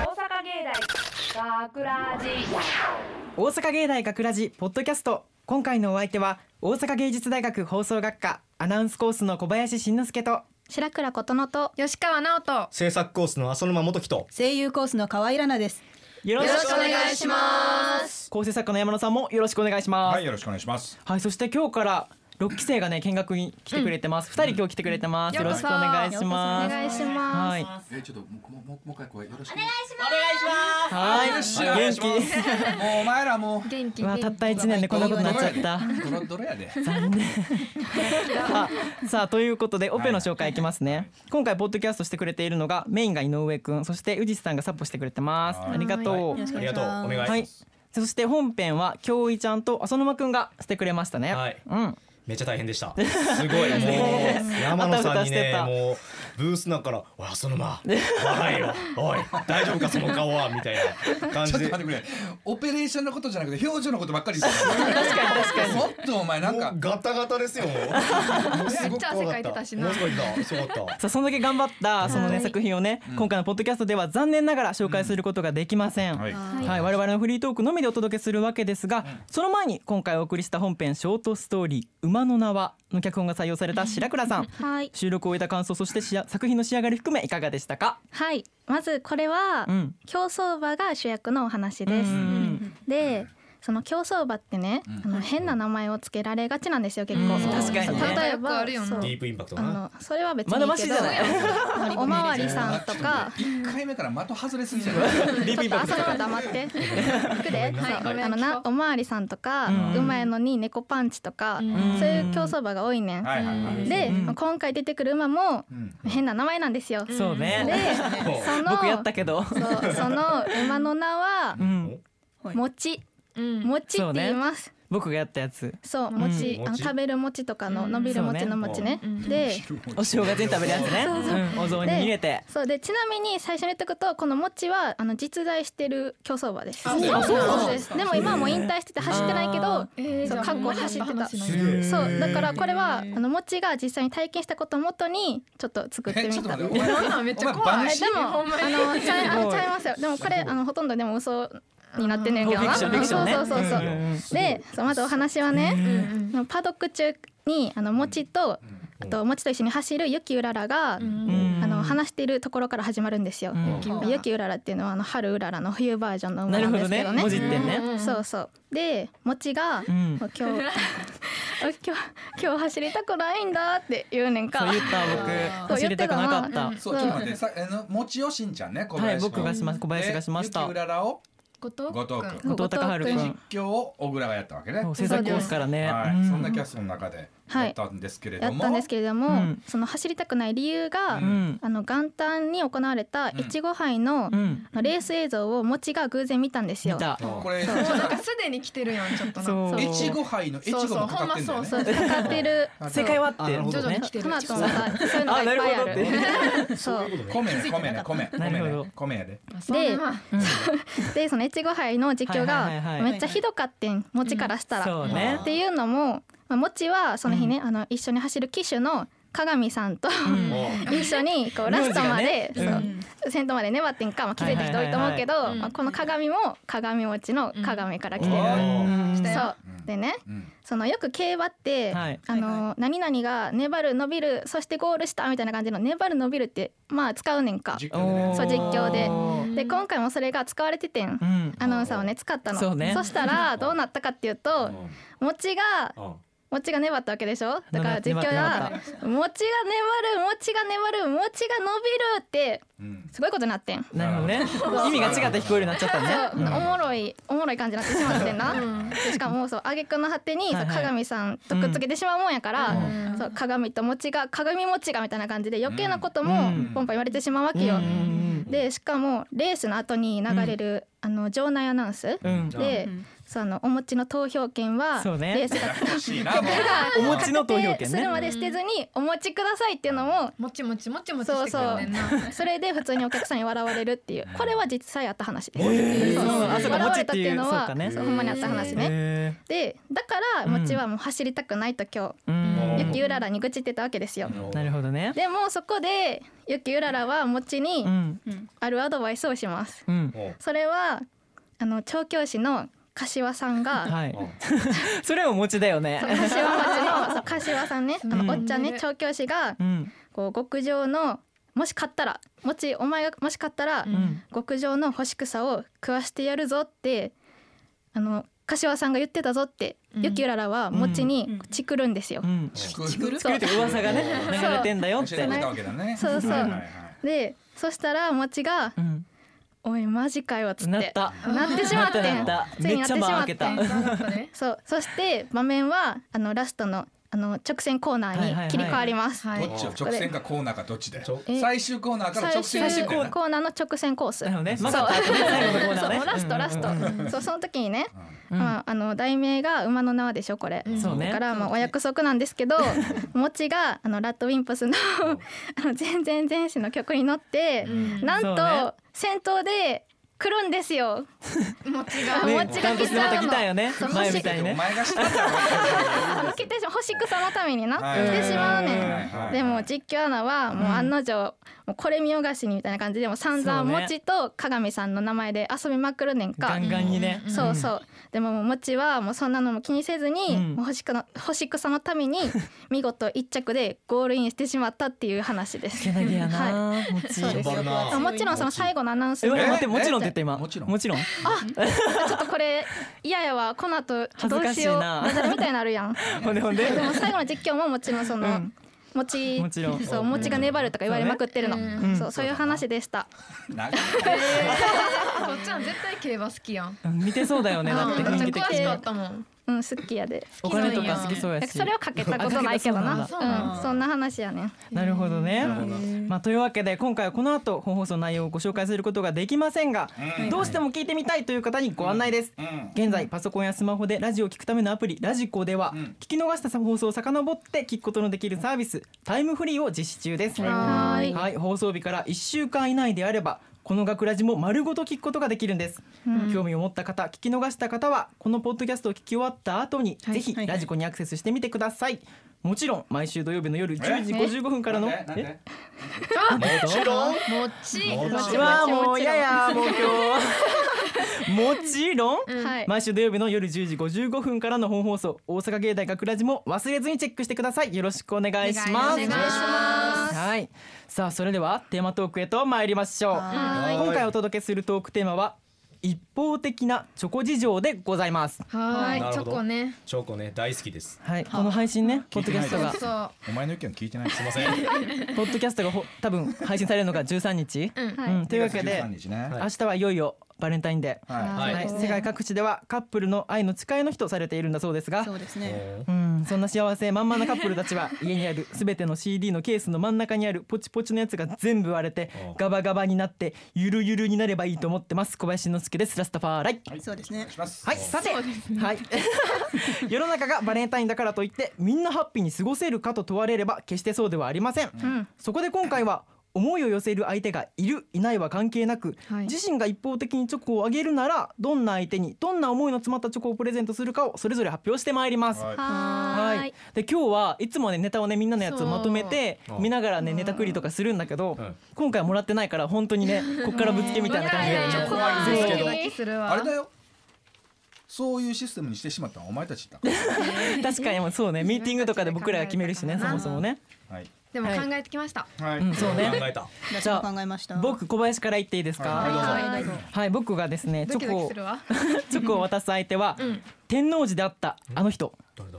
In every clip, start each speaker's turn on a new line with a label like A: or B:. A: 大学ラジ
B: 大阪芸大学ラジポッドキャスト今回のお相手は大阪芸術大学放送学科アナウンスコースの小林慎之介と
C: 白倉琴乃と
D: 吉川直人
E: 制作コースの浅沼元樹と
F: 声優コースの河合らなです
B: よろ
D: よろしくお願いします
B: 構成作家の山野さんもよろしくお願いしますは、
G: はいい、よろしくお願いします。
B: そして今日から六期生がね見学に来てくれてます二、人今日来てくれてます、
D: うん
B: よろしくお願いします
D: いし
B: はい
G: え、ちょっと、もう、もう、もう一回、これ、よろしく。
B: はい元気
G: もう、お前らも
D: 元気
B: うわたった一年でこんなことになっちゃった
G: う。ドロドロやで。
B: さあさあということでオペの紹介いきますね、今回ポッドキャストしてくれているのがメインが井上くんそして宇治さんがサポしてくれてます
G: はい
B: ありがとう、
F: よろしく
E: あ
F: お
E: り
F: 願
E: がとうお
F: いします
E: 願いします、
B: そして本編は京井ちゃんと浅沼くんがしてくれましたね、
E: はい
B: うん
E: めっちゃ大変でしたすごいもう山野さん
B: あたふたし
E: にね
B: てた
E: もうブースなんから「おいそのま笑いよおい大丈夫かその顔は」みたいな感
G: ち
E: じ
G: ょっと
E: で
G: 待ってくれ。オペレーションのことじゃなくて、表情のことばっかり言ってた。確かに、確かに。もっと、お前、なんか
E: もう。ガタガタですよもうもうすごく怖か
D: めっちゃ汗かい
E: ってた
D: たしな
E: もうすごいなすごかった
B: さあそんだけ頑張ったそのね作品をね今回のポッドキャストでは残念ながら紹介することができません、
G: はい。
B: はい、我々のフリートークのみでお届けするわけですが、その前に今回お送りした本編ショートストーリー「馬の名は」の脚本が採用された白倉さん
C: はい
B: 収録を終えた感想そしてしあ作品の仕上がり含めいかがでしたか、
C: はいまずこれは、
B: うん
C: 競走馬が主役のお話です、
B: うんうん
C: でその競走馬ってね、あの変な名前をつけられがちなんですよ結構、
B: うん確かにね
C: 例え
D: よく
C: ば
D: あるよな
C: そう
E: ディープインパクト
C: あ
E: だな
C: のそれは別に
B: まだマシじゃない
C: いいけどおまわりさんとか
G: 一回目から的外れすぎじゃない。
C: ちょっと朝の黙って。行くで、
D: はい
C: そう
D: ごめん
C: あの
D: 聞
C: な
D: こ、う
C: おまわりさんとか、
B: うん
C: うまいのに猫パンチとか、
B: ん
C: そういう競走馬が多いねん。
G: はい、はい、はい。
C: で、
B: うん
C: 今回出てくる馬も
G: うん。
C: 変な名前なんですよ。で、
B: そうね
E: もう
C: その、
B: 僕やったけど、
C: そうその馬の名は
B: う、ん、
C: もち、
D: うん
C: もちって言います。
B: 僕がやったやつ
C: そう、もち
E: う、ん
C: あの
E: 餅
C: 食べるもちとか
D: う
C: の
D: ん
C: 伸びるもちのもちね
D: うん。
C: で。
B: お正月に食べるやつね、うん、お雑煮に入れて
C: そうでちなみに最初に言っとくとこのもちはあの実在してる競走馬です。
D: そうなんだ
C: そうです。でも今はもう引退してて走ってないけど、そう過去走ってた。そうだからこれはあのもちが実際に体験したことをもとにちょっと作って
G: え、
C: み
G: ちょ
C: た。
G: っと待
C: え
G: って、お前、
D: 今め
G: お
D: っちゃ
G: 前、バ
D: 怖い
G: ネ
C: でもあのちゃいあのちゃいますよ。でもこれあのほとんどでも嘘になってんねん
B: フ
C: け
B: ィ
C: どな。
B: クシ
C: そ
B: ョン
C: う
B: フィクションね
C: そうそうそう。でそうまずお話はね、
D: うん
C: あのパドック中にあのもちとあともちと一緒に走るユキウララが。
D: うん
B: う
D: うん
B: ん
C: あの話しているところから始まるんですよ。
B: うん
D: 雪うらら
C: 雪うららっていうのはあの春うららの冬バージョンの
B: な
C: 馬な
B: る
C: ん
B: ほ
C: で
B: ど
C: すけど
B: ね
C: ね。
B: 文字ってね、
D: うん
C: そうそう。で、もちが、
B: う
C: も
B: ん、
C: う今日 今日今日走りたくないんだって言うね
B: そう
C: んか
B: 言。った僕
C: そう
B: 走
C: 言
B: り
C: ったて
B: く
C: たな
B: なかった、
G: そう、ちょっと待って、さ、あの、もちよしんちゃんね、小
B: はい
G: 林君。
B: 僕がします小林がしました
G: ゆきうららを、
D: 後藤
G: 後藤
D: 君
G: 君
B: 後藤孝
C: 後
B: 春
C: 藤
B: 君
C: 君
G: 今日を小倉がやったわけね。
B: そう制作コースからね、
G: は
B: う
G: い、
B: ん
G: そんなキャストの中でやったんですけれ
C: や
G: ど
C: っ
G: も、
C: たんですけれども、
B: うん
C: その走りたくない理由が、
B: うん
C: あの元旦に行われたいちご杯の
B: うん、
C: あのレース映像をもちが偶然見たんです
B: 見
C: よ。
B: た
G: これ
D: もうなんかすでに来てるやんちょっとな
B: そう
G: いちご杯のいちごもかかってんだよね。
C: そうかかってる。
B: 正解はって
E: あなるほ
D: 徐
E: ど
D: 々
B: ね
D: に来てる
C: トマトもさそういうのが
B: あ
C: いっ
B: なる
C: ぱい
B: ほ
C: あ
B: どっ
C: る。
B: て
C: そう
G: 米ね米ね米米
B: なるほ
G: ね
B: ど
G: 米やで。
D: で
C: でその越後杯の実況
B: はいはいはい
C: が
B: はい
C: めっちゃひどかってんもちからした ら。
B: そうね
C: っていうのも、まあ、もちはその日ね、あの一緒に走る騎手の鏡さんと、一緒にこうラストまで、
B: 名字がね
C: そう先頭まで粘ってんか、まあ、気づいた人多いと思うけど、
D: いはい
C: まあ、この鏡も鏡持ちの鏡から来てる。
B: うん
C: そう
G: うん
C: でね
G: うん
C: そのよく競馬って、
B: はい
C: あの何々が粘る伸びるそしてゴールしたみたいな感じの粘る伸びるってまあ使うねんか。
G: 実況で
B: おー
G: ね。
C: そう実況で
D: うん
C: で今回もそれが使われててん
B: う。ん
C: アナウンサーをね使ったの
B: そうね
C: したらどうなったかっていうともちが
E: うん
C: もちが粘ったわけでしょだから実況
B: 粘
C: が
B: っ
C: 「もちが粘るもちが粘るもちが伸びる」って
G: うん
C: すごいことになってん、
B: なるほどね意味が違って聞こえるようになっちゃったね
C: そうおもろいおもろい感じになってしまってんな、でしかもそう挙句の果てに、そう
B: はいはい
C: 鏡さんとくっつけてしまうもんやから、
D: うん
C: そう鏡と餅が鏡餅がみたいな感じで余計なこと
B: う
C: も
B: ん
C: ポンポン言われてしまうわけよ、でしかもレースの後に流れる、あの場内アナウンス、
B: うん
C: で、そうあのお持ちの投票権はレ
B: そうね
C: ースが
G: 欲しいな もう
B: お持ちの投票
C: 確定
B: 権
C: する
B: ね
C: まで捨てずにお持ちくださいっていうのも
D: もちもちもちもちしてくるねんな。
C: それで普通にお客さんに笑われるっていうこれは実際あった話です、
B: えー
C: そう
B: そうあそうか
C: 笑わ
B: 餅
C: れ
B: った
C: ってて
B: い
C: いう
B: う
C: の
B: そう
C: は
B: かね
C: そうほんまにあった話ね
B: へ
C: でだから
B: うん
C: もちはもう走りたくないと今
B: ーうん
C: 日ゆきうららに愚痴ってたわちですよ
B: なるほどね
C: でもそこでゆきうららはもちに
B: うん
C: あるアドバイスをします
B: うん
E: おう
C: それはあの調教師の柏さんが
B: はい
E: うん
B: それも餅だよね
C: そう柏 町のそう柏さんねあ
B: うん
C: のおっちゃんね調教師が
B: うん
C: こう極上のもし買ったらもちお前がもし買ったら
B: うん
C: 極上の干し草を食わしてやるぞってあの柏さんが言ってたぞって、
D: うん
C: ゆきうららは餅にチクるんですよ。
B: うん
G: 作る
B: 作るって噂がね流れてんだよっ
G: 教えて
B: て
G: くれたわけだね
C: そうそう
G: はいはいはい
C: でそしたら餅が
B: うん
C: 「おいマジかよ」っつって
B: なった
C: なってしまって
B: なっ
C: ん
B: た
C: ついに
B: め
C: な
B: っ
C: っ
B: ち
C: て
B: ゃ間
C: しまっ
B: 開
C: て
B: け
C: ん
B: た
C: そうそして場面はあのラストのあの直線コーナ
B: はいはい
C: ー
B: はい
C: に切り替わります。
D: は
G: どっちよ直線かコーナーかどっちだよ
E: ち
C: ょ
G: 最終コーナーから直線
C: 最終コ
G: コーナー
C: ーナーの直線コース。
B: なるほどね
C: そう
B: 曲がった後ね最後のコーナーね
C: そうラストラスト。そうその時にね、まああの題名が馬の縄でしょこれ。
D: ん
B: そうね
C: だからまあお約束なんで すけど、もちがあのラッドウィンプスのあの全然前史の曲に乗って、なん
B: そうね
C: と先頭で来るんで すよ。
D: もち
C: あ
D: が。
C: も
B: ねち
C: ち
B: ゃ
C: が
B: んと
C: 来
B: してま
C: た
B: た来た
C: の。
B: よね
C: そう
B: 前み
G: だ
B: たい
G: よ
B: に
G: お
B: ね
G: 前がしたんだろ
C: 来てしまう干し草のためにな
G: は
C: 来
G: い
C: てしまうねん。
G: はい
C: でも実況アナはもう案の定、もうこれ見よがしにみたいな感じでもう散々
B: そうね
C: もちと鏡さんの名前で遊びまくるねんか。
B: ガンガンにね
C: そうそうでももうもちはもうそんなのも気にせずに、
B: うん
C: もう星草の星草のために見事一着でゴールインしてしまったっていう話です。
B: けなげや
C: はい
B: な餅
C: そうです
E: 頑張
C: よ
E: るな
C: あもちろんその最後のアナウンス
B: え
C: も
B: 待
C: ち
B: って待って
C: ょ
B: もちろんって言った今
G: もちろん
B: もちろん
C: っとこれ嫌やわこの後
B: 恥
C: ど
B: ず
C: う
B: かし
C: し
B: い
C: よう
B: な
C: ダジャレみたいになるやん。
B: ほんでほんで
C: でも最後の実況ももちろんその、
B: うん
C: もち
B: もちろん
C: そうもちが粘るとか言われまくってるの、
D: そうね
B: うん
C: そうそういう話でした。
G: 長い
D: おっちゃん絶対競馬好きやん。
B: うん見てそうだよねだって
D: めっちゃ
B: 雰囲気的
D: 詳し
B: に
D: かったもん。
C: うん、好きやで。
B: お金とか好きそうやし
C: それをかけたことないけどな。
B: あ
D: かけたことない
C: うん、そんな話やね。
B: なるほどね。まあ、というわけで今回はこの後本放送の内容をご紹介することができませんが、どうしても聞いてみたいという方にご案内です。現在パソコンやスマホでラジオを聞くためのアプリラジコでは、聞き逃した放送を遡って聞くことのできるサービスタイムフリーを実施中です。
C: はーい
B: はい、放送日から1週間以内であればこの学ラジも丸ごと聞くことができるんです、興味を持った方聞き逃した方はこのポッドキャストを聞き終わった後に、
F: はい
B: ぜひ
F: はいはい
B: ラジコにアクセスしてみてくださいもちろん毎週土曜日の夜10時55分からの
G: なんでなんで
B: え
E: もちろん
D: もち。
E: もち
B: うわーもうややもう今日 もちろん、
C: はい。
B: 毎週土曜日の夜10時55分からの本放送大阪芸大学ラジも忘れずにチェックしてくださいよろしくお願いします
D: お願いします
B: はいさあそれではテーマトークへと参りましょう
E: い
B: 今回お届けするトークテーマは一方的なチョコ事情でございます
D: は、
E: ないる
D: チ
E: ほ
D: ョ
E: ど
D: コね。
E: チョコね大好きです
B: はいこの配信ねポッドキャストが
D: そ
G: お前の意見聞いてないす
E: すいませんは
B: ポッドキャストがほ多分配信されるのが13日、
D: う。うん。
C: はい
B: うんというわけで
G: 13日ね
B: 明日はいよいよバレンタインデー
G: はい
E: い、
B: はい、世界各地ではカップルの愛の誓いの日とされているんだそうですが
F: そうです
E: お
F: ね。
E: ー
B: うん、そんな幸せ満々なカップルたちは家にある全ての CD のケースの真ん中にあるポチポチのやつが全部割れて
E: おう
B: ガバガバになってゆるゆるになればいいと思ってます小林之助ですラスタファーライ
F: そうですね。
G: します
B: はいさて、はい 世の中がバレンタインだからといってみんなハッピーに過ごせるかと問われれば決してそうではありません、
C: うん。
B: そこで今回は思いを寄せる相手がいるいないは関係なく、
D: はい
B: 自身が一方的にチョコをあげるならどんな相手にどんな思いの詰まったチョコをプレゼントするかをそれぞれ発表してまいります、
G: はい
C: は
B: は
C: ー
B: い
C: い。、
B: で今日はいつもねネタをねみんなのやつをまとめて
E: そう
B: 見ながらねネタ繰りとかするんだけど、
E: うん
B: 今回はもらってないから本当にねこっからぶつけみたいな感じで
D: ねえ
B: ちょっと
D: 怖い
B: そう
D: ド
B: 確
D: キドキするわ。
G: あれだよそういうシステムにしてしまったのはお前たちだから
B: かにもうそうねミーティングとかで僕らが決めるしねそもそもね
G: はい
D: でも考えてきました。
G: はい
B: うんそうね
E: 考えた
F: 私も考えました。
B: 僕小林から言っていいですか
G: はいどうぞ
F: はいどうぞ。
B: はい僕がですねチ
D: ドキ
B: ョコ
D: ドキ
B: を
D: するわ。
B: チョコを渡す相手は、
D: ん
B: 天王寺であったあの人
E: 誰だ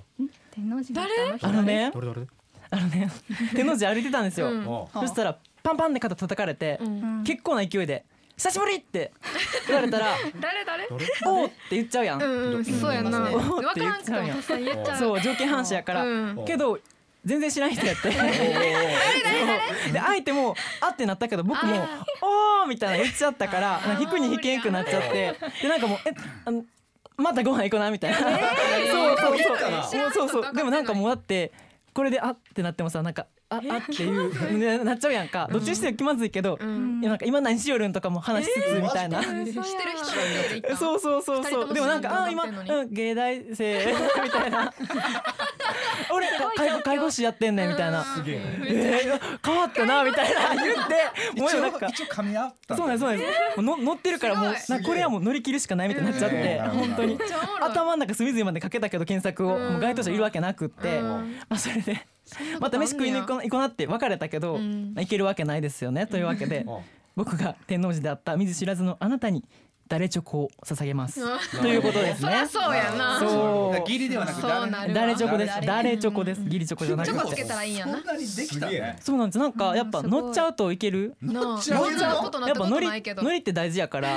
C: 天王寺
B: あのね
E: 誰誰
B: あのね天王寺歩いてたんですよ、
D: うん
E: おう
B: そしたらパンパンで肩叩かれて、
D: ん
B: 結構な勢いで「久しぶり!」って言われたら
D: 誰誰？
B: 「おーって言っちゃうやん、
D: うんうん、そうやな。
B: お
D: わ
B: ーって
D: か
B: 言っ
D: らんく
B: ち
D: て
B: ゃう
D: も
B: やん
D: さすがに言っちゃう。
B: そう条件反射やから、
D: うん
B: けど全然しない人やってそう で相手もあってなったけど僕も「おー」みたいな言っちゃったからなんか引くに引けんくなっちゃってでなんかもう「えあのまたご飯行こうなみたいな、 そうそうそうもうそう
D: 知らん
B: そ
D: か
B: う
D: った
B: でもなんかもうだってこれであってなってもさなんかああっていう、ね、なっちゃうやんかどっちにしても気まずいけど、いやなんか今何しよるんとかも話しつつみたいな、
D: してる人だけで行った
B: そうそうそう
D: 二
B: そ
D: 人と
B: う
D: も
B: でもなんかあー
D: 新
B: 今、
D: 人になってんの
B: うん、芸大生 みたいな俺介護介護士やってんねんみたいな
E: すげえね
B: えー、変わったなみたいな言って
G: 一
B: も
G: 応
B: うなんか
G: 一応噛み合ったんだ
B: そうなんですそうなんですもうの乗ってるからもう
D: す
B: なんかこれはもう乗り切るしかないみたいになっちゃっ
G: え
B: て
G: ー
B: 本当に
D: めっちゃおもろい
B: 頭の中隅々までかけたけど検索を
D: うん
B: もう該当者いるわけなくって
D: うん
B: まあそれで
D: そんなことあんねや
B: また飯食いに行こ行こうなって別れたけど
D: うん
B: まあ行けるわけないですよねというわけで
E: うん
B: 僕が天王寺であった見ず知らずのあなたに誰チョコを捧げます
D: う
B: ということです
D: そりゃ
B: ね。
D: そうやな
B: そう
G: だから義理ではなく
D: そうなる
B: 誰チョコです
D: 誰
B: 誰チョコですギリチョコじゃな
D: チョ
B: く
D: コつ
B: て
D: けたらいいんや
G: そ
D: なん
G: なにできた
E: すげえ
G: ね
E: ね
B: そうなんですなんかやっぱ
C: うんすごい
B: 乗っちゃうといける
D: なあ
G: 知らんけど
D: 乗っちゃうことな
B: や
D: っ
B: ったぱ
D: こ
B: ノ
D: と
B: リ
D: ないけど
B: ノリって大事や から。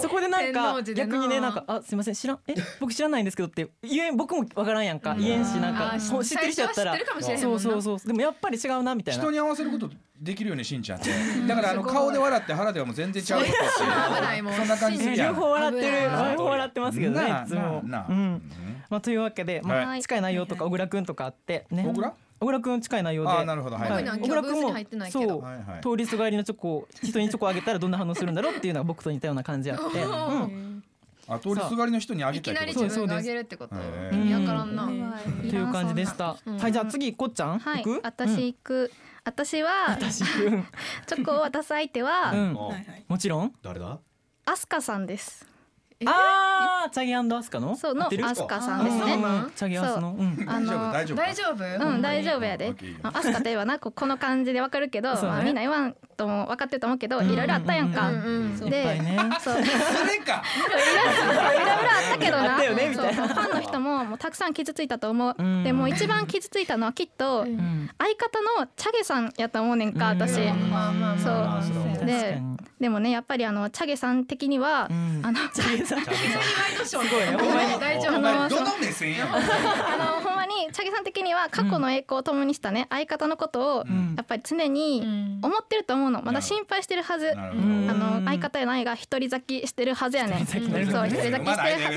B: そこでなん
D: 天王
B: か
D: 寺でな
B: 逆にねなんかあすいません知らんえ僕知らないんですけどって言えん僕もわからんやんか
D: うん
B: 言えんしなんか
D: あー
B: ほ知ってる人やったら
D: 最初は知ってるかもしれへん
B: そ
D: も
B: う
D: んな
B: そうそうでもやっぱり違うなみたいな
G: 人に合わせることできるよねしんちゃんってだからあの顔で笑って腹ではもう全然違うことっていう
D: 危ないもん
G: そんな感じ
B: ね
G: じゃ
B: 両
G: ん
B: 方笑ってる
D: 危ない
B: 両方笑ってますけどね
G: ない
B: つも
G: なあ
B: う
G: なあ
B: んまあというわけでま
G: は
B: あ
C: い
B: 近い内容とか小倉くんとかあってね
G: 小倉
B: 小倉くん近い内容で
G: あーなるほどはい
B: は
G: はいい
D: な
B: 小
D: んか
B: 倉くん
D: ブース
B: も
D: に入ってないけど
B: そう
G: はいはい
B: 通りすがりのチョコを人にチョコあげたらどんな反応するんだろうっていうのが僕と似たような感じあってうん
G: あ通りすがりの人にあげ
D: い
G: た
D: き
G: いっ
D: な
G: て
D: り
G: ことね
D: 自
B: そう
D: 分があげるってこと
G: そうです
D: 意味わからんな
B: という感じでした
C: いらんそんな
D: うん
B: はいじゃあ次こっちゃん
C: はい
B: 行く
C: 私行く私は
B: 私く ん
C: チョコを渡す相手は、
B: うん
E: あ
B: もちろん
E: 誰だ
C: アスカさんです。
B: ああチャギアンドアスカの
C: そうの
B: 合ってる
C: アスカさんで
B: う
C: す
B: ん
C: ね。
B: うんうんチャギアスのうん
C: あの
G: 大丈夫
D: 大
G: 大
D: 丈
G: 丈
D: 夫
C: うん大丈夫やで。アスカといえばなこうこの感じでわかるけど、
B: そうね
C: まあみんな言わんとも分かってると思うけど、
B: ん
C: いろいろあったやんか。
D: うんうん
B: いっぱい
C: で、
B: ね
C: そういろいろ
G: 夫それか
C: あったけど
B: あ
C: な。
B: ったよねみた
C: そう
B: い
C: フ
B: な
C: ァンの人ももうたくさん傷ついたと思う。
B: うん
C: でもう一番傷ついたのはきっと
D: うん
B: うん
C: 相方のチャゲさんやと思うねんか私。
B: うん
D: まあまあまあ
C: そう
E: あそれは
B: 確か
C: で
B: に
C: でもねやっぱりあのチャゲさん的には、
B: うん
C: あの
B: チャギさん
D: すごい大丈
G: お
D: 夫
G: 前どの目線や
C: あのほんまにチャゲさん的には過去の栄光を共にしたね相方のことを
B: ん
C: やっぱり常に
D: うん
C: 思ってると思うのまだ心配してるはず。
G: なる
B: う
G: ほど
B: ん
C: あの相方やないが一人咲きしてるはずやねん。そう一人咲きしてる
G: まだ間
C: はず、
G: が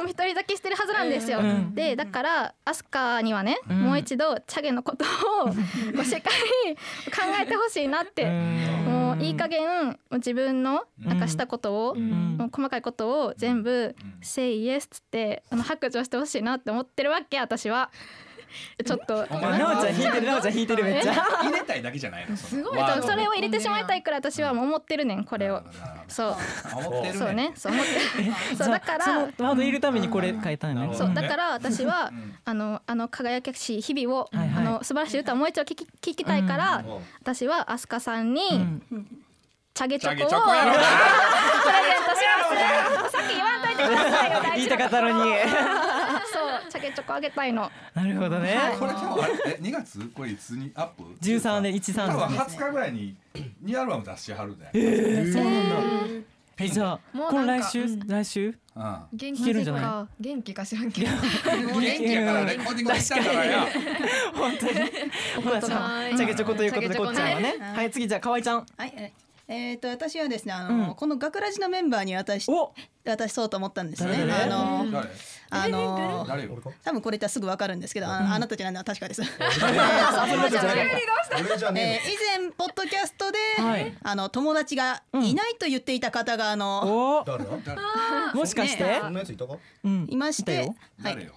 C: うん一人咲きしてるはずなんですよ。
B: ん
C: でだからアスカにはね、
B: ん
C: もう一度チャゲのことをこうしっかり考えてほしいなって。もういい加減もう自分のなんかしたことを、
B: ん
C: もう細かいことを全部「Say yes」っつってあの白状してほしいなって思ってるわけ私はちょっと
G: お前
B: なおちゃん引いてるなおちゃん引いてるめっちゃ
G: 入れたいだけじゃないのす
D: ごい
C: 多分それを入れてしまいたいくらい私はもう思ってるねんこれをそう
G: 思ってる
C: そうねそう思ってるそうだか
B: その
C: ら
B: ワード入れるためにこれ書いたんやね
C: そうだから私は
G: ん
C: あのあの輝かしい日々を、
B: はいはい
C: あの素晴らしい歌をもう一度聞き聞きたいから、私はアスカさんに、
B: ん
C: チャゲチ
G: チ
C: ョ
G: ャ
C: コ
G: ゲ
C: を
G: チョコやろ
C: プレゼントします。さっき言わんといてくださいよ。
B: 言
C: 大
B: い
C: 事
B: たか
C: なこ
B: っ
C: と
B: たのに
C: そう、チャゲチョコあげたいの。
B: なるほどね
G: これ今日あれえ2月これいつにアップ
B: 13で1
G: 多分
B: 3
G: 20日ぐらいにニューアルバム出しはるで、
B: そうなんだえじゃあ
D: もうなんか
B: この来週
D: うん
B: 来週
G: うん
D: 元
B: 弾けるんじゃない
D: か元気か知らんけど
G: 元気やからレコーディングしたんだからよ
B: 本当に。ほら、じゃあ、チャゲチョコということで、こっちゃんはね。はい、次じゃあ、かわいちゃん。
F: はい、ええーと私はですね、あの、
B: うん
F: この学ラジのメンバーに渡し
B: お、
F: 渡そうと思ったんですね。
B: 誰々
F: あの、
G: 誰
F: あの、
G: 誰よ
F: 多分これ言ったらすぐわかるんですけど、ああなたじゃないのは確 かです。
E: 俺じゃ
F: え
E: ね
F: ー以前ポッドキャストで、
B: はい
F: あの友達がいないと言っていた方があの、
B: お
E: え、誰だ
B: もしかして
E: そ。んなやついたか
B: うん
F: いまし
B: いた
F: て
B: よ、
F: は
G: 誰
F: い、
G: よ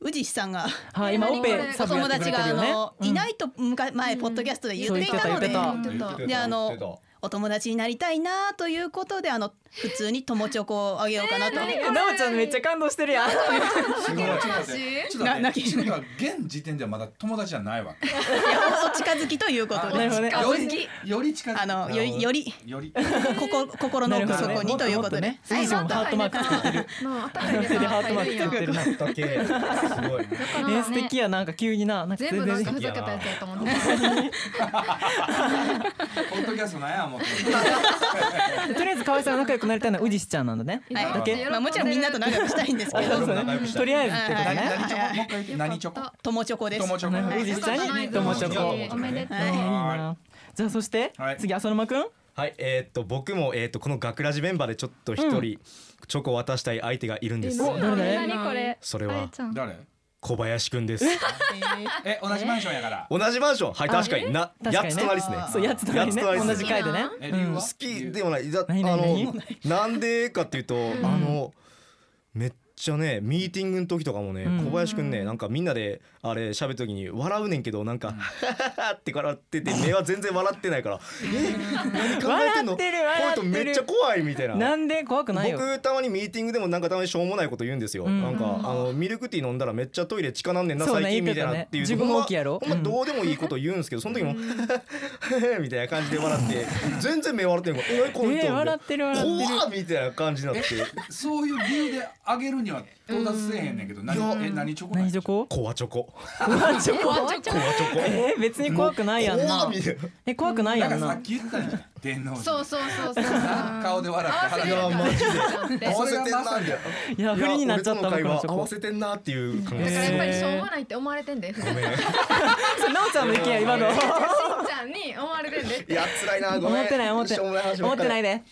F: 宇治さんが
B: はい、今オペ
F: お
B: サブや
F: 友
B: ってくれ
F: 達
B: て
F: が
B: る
F: あ
B: よね
F: の、。
B: うん
F: いないと向か前ポッドキャストで言っていたので、
B: そう
D: 言ってた
F: であのお友達になりたいなということであの普通に友チョコをあげようかなと。
B: えなおちゃんめっちゃ感動してるやん。
G: すごいちょっと待って君は現時点ではまだ友達じゃないわけ
F: いや おお近づきということ
B: なる
F: で
B: ほどね。
G: よりより近づ
F: あのよりより
G: より
F: ここ心の奥底にということで。
B: それ以上もハートマーク作ってる。
D: あった
B: そ
D: かい
B: れでハートマーク作ってるな。
E: だけすごい
B: え、素敵や、なんか急にな、なんか
D: 全
B: 全
D: 部なんか
B: 然。
D: ふざけたやつやと思って
G: ポッドキャストなんやもう
B: とりあえず、かわいさん仲良くなりたいのは、うじしちゃんなんだね。
F: はい、
G: だけ
F: まあもちろんみんなと仲良くしたいんですけど、
E: そうそう仲良くしたい
B: とりあえずってこと
F: はい
B: ね。
G: 何チョコもう一回言って何チョコ
F: 友チョコです。
G: 友チ
B: なるほどう
G: ョコ
B: じしちゃんに友チョコ。いい
G: おめで
B: な。じゃあ、そして
G: はい、
B: 次、浅沼くん。
E: はい、えーっと僕もえーっとこの学ラジメンバーでちょっと一人チョコを渡したい相手がいるんです。
B: お誰誰
C: 何これ
E: それは
C: あちゃん
G: 誰
E: 小林くんです。
G: え同じマンションやから
E: 同じマンション、はい確かにな
B: 確かにね
E: 八つ隣ですね。
B: そうやつとかね
E: やつ隣
B: 同
E: です
B: じ
E: ね
B: 回でね
G: え理由は
E: 好きでもない。だあ
B: 何何
E: のなんでかっていうとあのめっちゃねミーティングの時とかもね
B: うん
E: 小林くんねなんかみんなであれ喋る時に笑うねんけどなんかって笑ってて目は全然笑ってないからえ何考えてんの
B: 笑ってる
E: こういう
B: 笑っ
E: 人
B: てる
E: めっちゃ怖いみたいな。
B: なんで怖くないよ
E: 僕たまにミーティングでもなんかたまにしょうもないこと言うんですよ、
B: うん
E: なんかあのミルクティー飲んだらめっちゃトイレ近なんねんな
B: そうね
E: 最近みたいなってい
B: 言
E: う
B: ってたね自分も大きいやろ
E: ほんま
B: うん
E: どうでもいいこと言うんですけどその時も みたいな感じで笑って全然目笑ってんのえこの人みたい
B: ね
E: な
B: 笑ってる笑ってる
E: 怖っみたいな感じになって
G: そういう理由であげるには到達せえへんねんけど何え何チョコなん
B: 何チョコ
E: コアチョコ
B: 怖チョコ
E: コアチョコ
B: えー別に怖くないやん
E: 怖
B: な
E: っみたいな
B: え怖くない
G: な
B: や
G: んか
B: ん
G: さ
B: な
G: っき言ってたじゃん天皇
D: そうそうそうそう。
G: 顔で笑って
E: いやマジで
D: で
E: 合わせてんなみたいない
B: や不利になっちゃった
E: い
B: 僕
E: や俺と
B: のチ
E: の会話合
B: ョ
E: わ
B: コ
E: せてんなっていう感じで
D: だから
E: す
D: やっぱりしょうもないって思われてんで。しんち
E: ごめん
B: それなおちゃんの意見や今の
D: ゃんに思われてんで。
E: いや辛いなご
B: 思
E: めん
B: ってない思って
E: しょうもない話ば
B: 思
E: っ
B: って
E: かり
B: ないで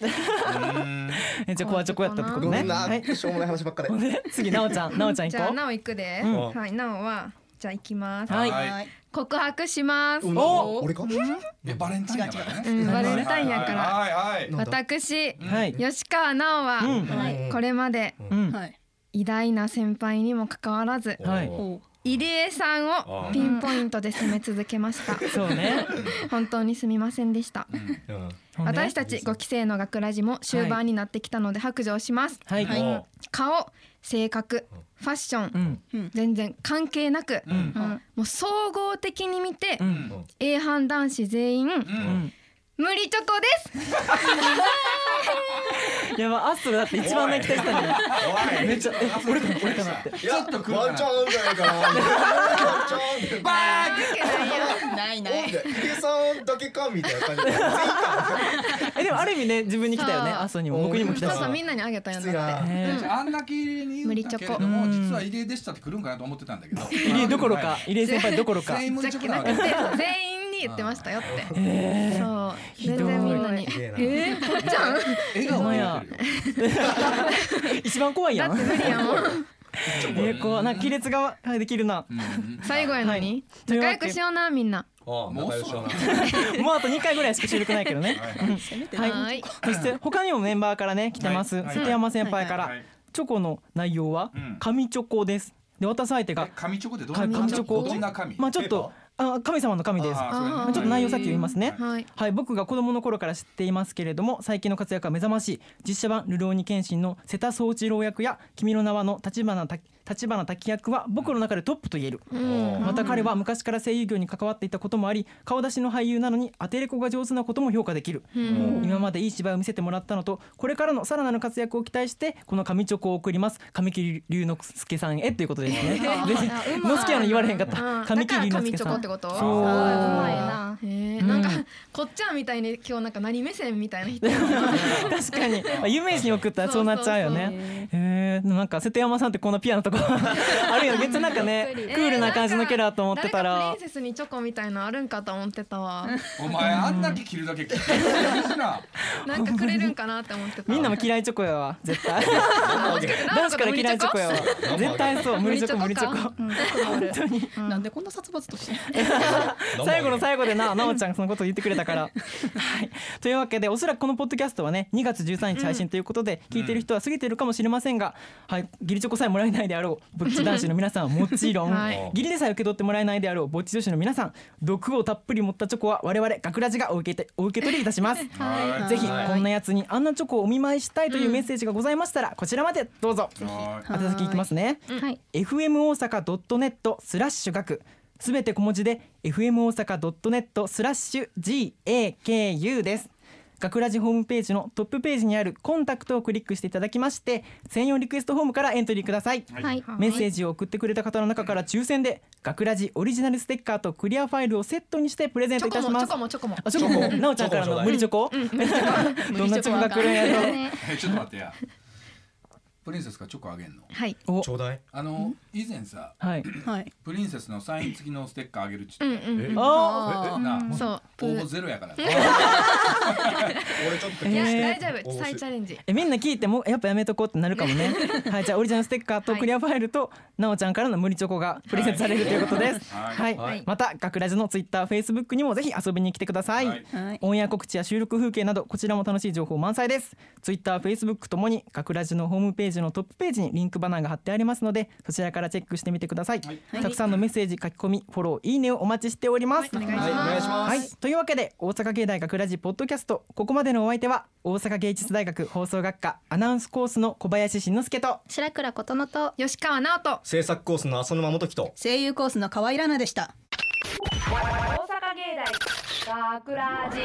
B: えじゃあ怖チョコやったってこと
E: ごめ
B: ね
E: んな、
B: はい
E: しょうもない話ばっかり
B: ほんで次なおちゃんなおちゃん
D: じ
B: 行
D: ゃあ
B: こ
D: なお行くで。
B: うん
D: はいなおはじゃあ行きます。
B: はい
F: はい
D: 告白します。
E: うん
B: お
E: 俺か
G: えバレンタインやから
D: う
G: ね
D: んバレンタインやから
G: はいはい
E: なんだ
D: 私
B: うはい
D: 吉川奈
B: う
D: 緒
B: ん
D: はこれまで
B: うん
F: はい
D: 偉大な先輩にもかかわらず
B: はい
F: おう
D: 入江さんをピンポイントで攻め続けました。
B: そうね
D: 本当にすみませんでした。
E: うん
B: ほんで
D: 私たち5期生の学ラジも終盤になってきたので白状します、
B: はい
E: お
D: 顔性格ファッション、
B: うん
D: 全然関係なく、
G: ん
D: うんもう総合的に見て、
B: う
G: うんん
D: A 班男子全員、
B: うん
D: 無理チョコです
B: やばアストロだって一番泣きたい人に
E: おい
B: めっちゃえ俺かな俺かなって
E: いや
G: ちょっと来るかな
E: ワンチャンあるんじゃないかなワンチャンあるんじゃないかな
F: ないな
E: なん
F: い
E: でヒデさんだけかみたいな感じで全員か
B: えでもある意味ね自分に来たよね
D: そう
B: アストロにも僕にも来
D: そ
B: た
D: う
B: し
D: そうみんなにあげたん
E: き
D: や
E: つい
D: なって
E: な
B: ね
G: じゃああんだけに言ったけれど
B: 無
G: も
B: 理チョコ
G: 実は入江でしたって来るんかなと思ってたんだけど
B: 入江どころか
G: はい
B: 入江先輩どころか
G: 全員無理
D: じ
G: チ
D: ゃ
G: ョ
D: け
G: コ
D: な
G: な
D: く
G: わ
D: て
G: け
D: 全員に言ってましたよって、そう
B: どい
D: 全然みんなに
E: ひでえな
D: えー、こっちゃんだ
G: 笑顔になってるよ
B: 一番怖いやん
D: って無理やもん
B: えー、こうなんか亀裂がはいできるな。
G: うん
D: 最後やのに、
B: というわ
D: 仲
B: け
D: 良くしようなみんな
E: ああ
G: もうそうだな
B: もうあと2回ぐらいしか収録ないけど ね。
F: せめて
B: はい。
D: はい
B: そして他にもメンバーからね来てます。
G: はいはい
B: 瀬戸山先輩から、
G: はい
B: チョコの内容は
G: うん
B: 神チョコです。で渡す相手が
G: え紙チョコってどんな
B: 神チョコ。
G: どんな紙
B: まあちょっとあ神様の神です。
G: あーそうやね
D: あー
B: まあちょっと内容さっき言いますね。
D: はい
B: はい、僕が子供の頃から知っていますけれども最近の活躍は目覚ましい実写版「流浪に謙信」の瀬田宗一郎役や「君の名は」の立花滝立花滝役は僕の中でトップと言える、また彼は昔から声優業に関わっていたこともあり顔出しの俳優なのにアテレコが上手なことも評価できる、今までいい芝居を見せてもらったのとこれからのさらなる活躍を期待してこの神チョコを送ります神木隆之介さんへということですね。ぜひ のすけやの言われへんかった神
D: 神
B: 木
D: 木隆
B: 隆
D: 之
B: 之介
D: 介
B: さん
D: さん。だから神チョコってこと
B: そう
D: そうまいな。へ
B: う
D: え
B: ん
D: なんかこっちゃんみたいに今日なんか何目線みたいな 人。
B: 確かにあ有名人に送ったらそうなっちゃうよねへえなんか瀬戸山さんってこ んなピアノとかあるよめっちゃなんか ね クールな感じのキャラだと思ってた
D: 誰か
B: ら
D: プリンセスにチョコみたいなのあるんかと思ってたわ。
G: お前あんだけ着るだけ着てるな
D: なんかくれるんかなって思ってた。
B: みんなも嫌いチョコやわ絶対
D: もしかして
B: 男
D: なん
B: 子
D: か
B: から嫌いチョコやわ
E: コ
B: 絶対そう無理チョコ無理チョコ本当に
F: なんでこんな殺伐として
B: 最後の最後でな、なおちゃんがそのことを言ってくれたから。はい、というわけで、おそらくこのポッドキャストはね、2月13日配信ということで、聞いてる人は過ぎてるかもしれませんが、はい、義理チョコさえもらえないであろう、ぼっち男子の皆さんはもちろん、
D: はい
B: 義理でさえ受け取ってもらえないであろう、ぼっち女子の皆さん、毒をたっぷり持ったチョコは我々、学ラジがお受けてお受け取りいたします。
G: は
B: ぜひ、こんなやつにあんなチョコをお見舞いしたいというメッセージがございましたら、こちらまでどうぞ。
G: は
B: 宛先いきますね。
C: はい、
B: FM 大阪 .net スラッシュ学すべて小文字で FM 大阪 .net スラッシュ GAKU です学ラジホームページのトップページにあるコンタクトをクリックしていただきまして専用リクエストフォームからエントリーください、
C: はい、
B: メッセージを送ってくれた方の中から抽選で学ラジオリジナルステッカーとクリアファイルをセットにしてプレゼン
D: チ
B: トいた
D: ョコ
B: し
D: も
B: ま
D: チ
B: す
D: ョコもチョコも。
B: あチョ コもなおちゃんからの無理チョコ、どんなチョコが来るんやろ
G: いえちょっと待ってやプリンセスがチョコあげんの
D: はい。
B: お
E: ちょうだい
G: あの以前さ
B: はい
F: はい
G: プリンセスのサイン付きのステッカーあげるっちゅって
B: あ
G: な
D: そう。
G: 応募ゼロやから
E: ちょっと
B: え
D: いや
B: ー
D: 大丈夫再チャレンジ
B: えみんな聞いてもやっぱやめとこうってなるかも ねはいじゃあオリジナルステッカーと
D: はい
B: クリアファイルとなおちゃんからの無理チョコがプレゼントされるということです
G: はい
B: はい、
E: はい
B: また学ラジのツイッターフェイスブックにもぜひ遊びに来てください、
G: はい
F: はい。
B: オンエア告知や収録風景などこちらも楽しい情報満載ですツイッター、フェイスブックともに学ラジのホームページのトップページにリンクバナーが貼ってありますのでそちらからチェックしてみてください、
F: い
B: たくさんのメッセージ書き込みフォローいいねをお待ちしております、
D: お願いし
E: はいお
D: ま
E: 願いします、
B: はい、というわけで大阪芸大学ラジポッドキャストここまでのお相手は大阪芸術大学放送学科アナウンスコースの小林慎之介と
C: 白倉琴乃と
D: す吉川直人
E: 制作コースの浅沼元樹と
F: 声優コースの河合ラナでした。
A: 大阪芸大学ラジ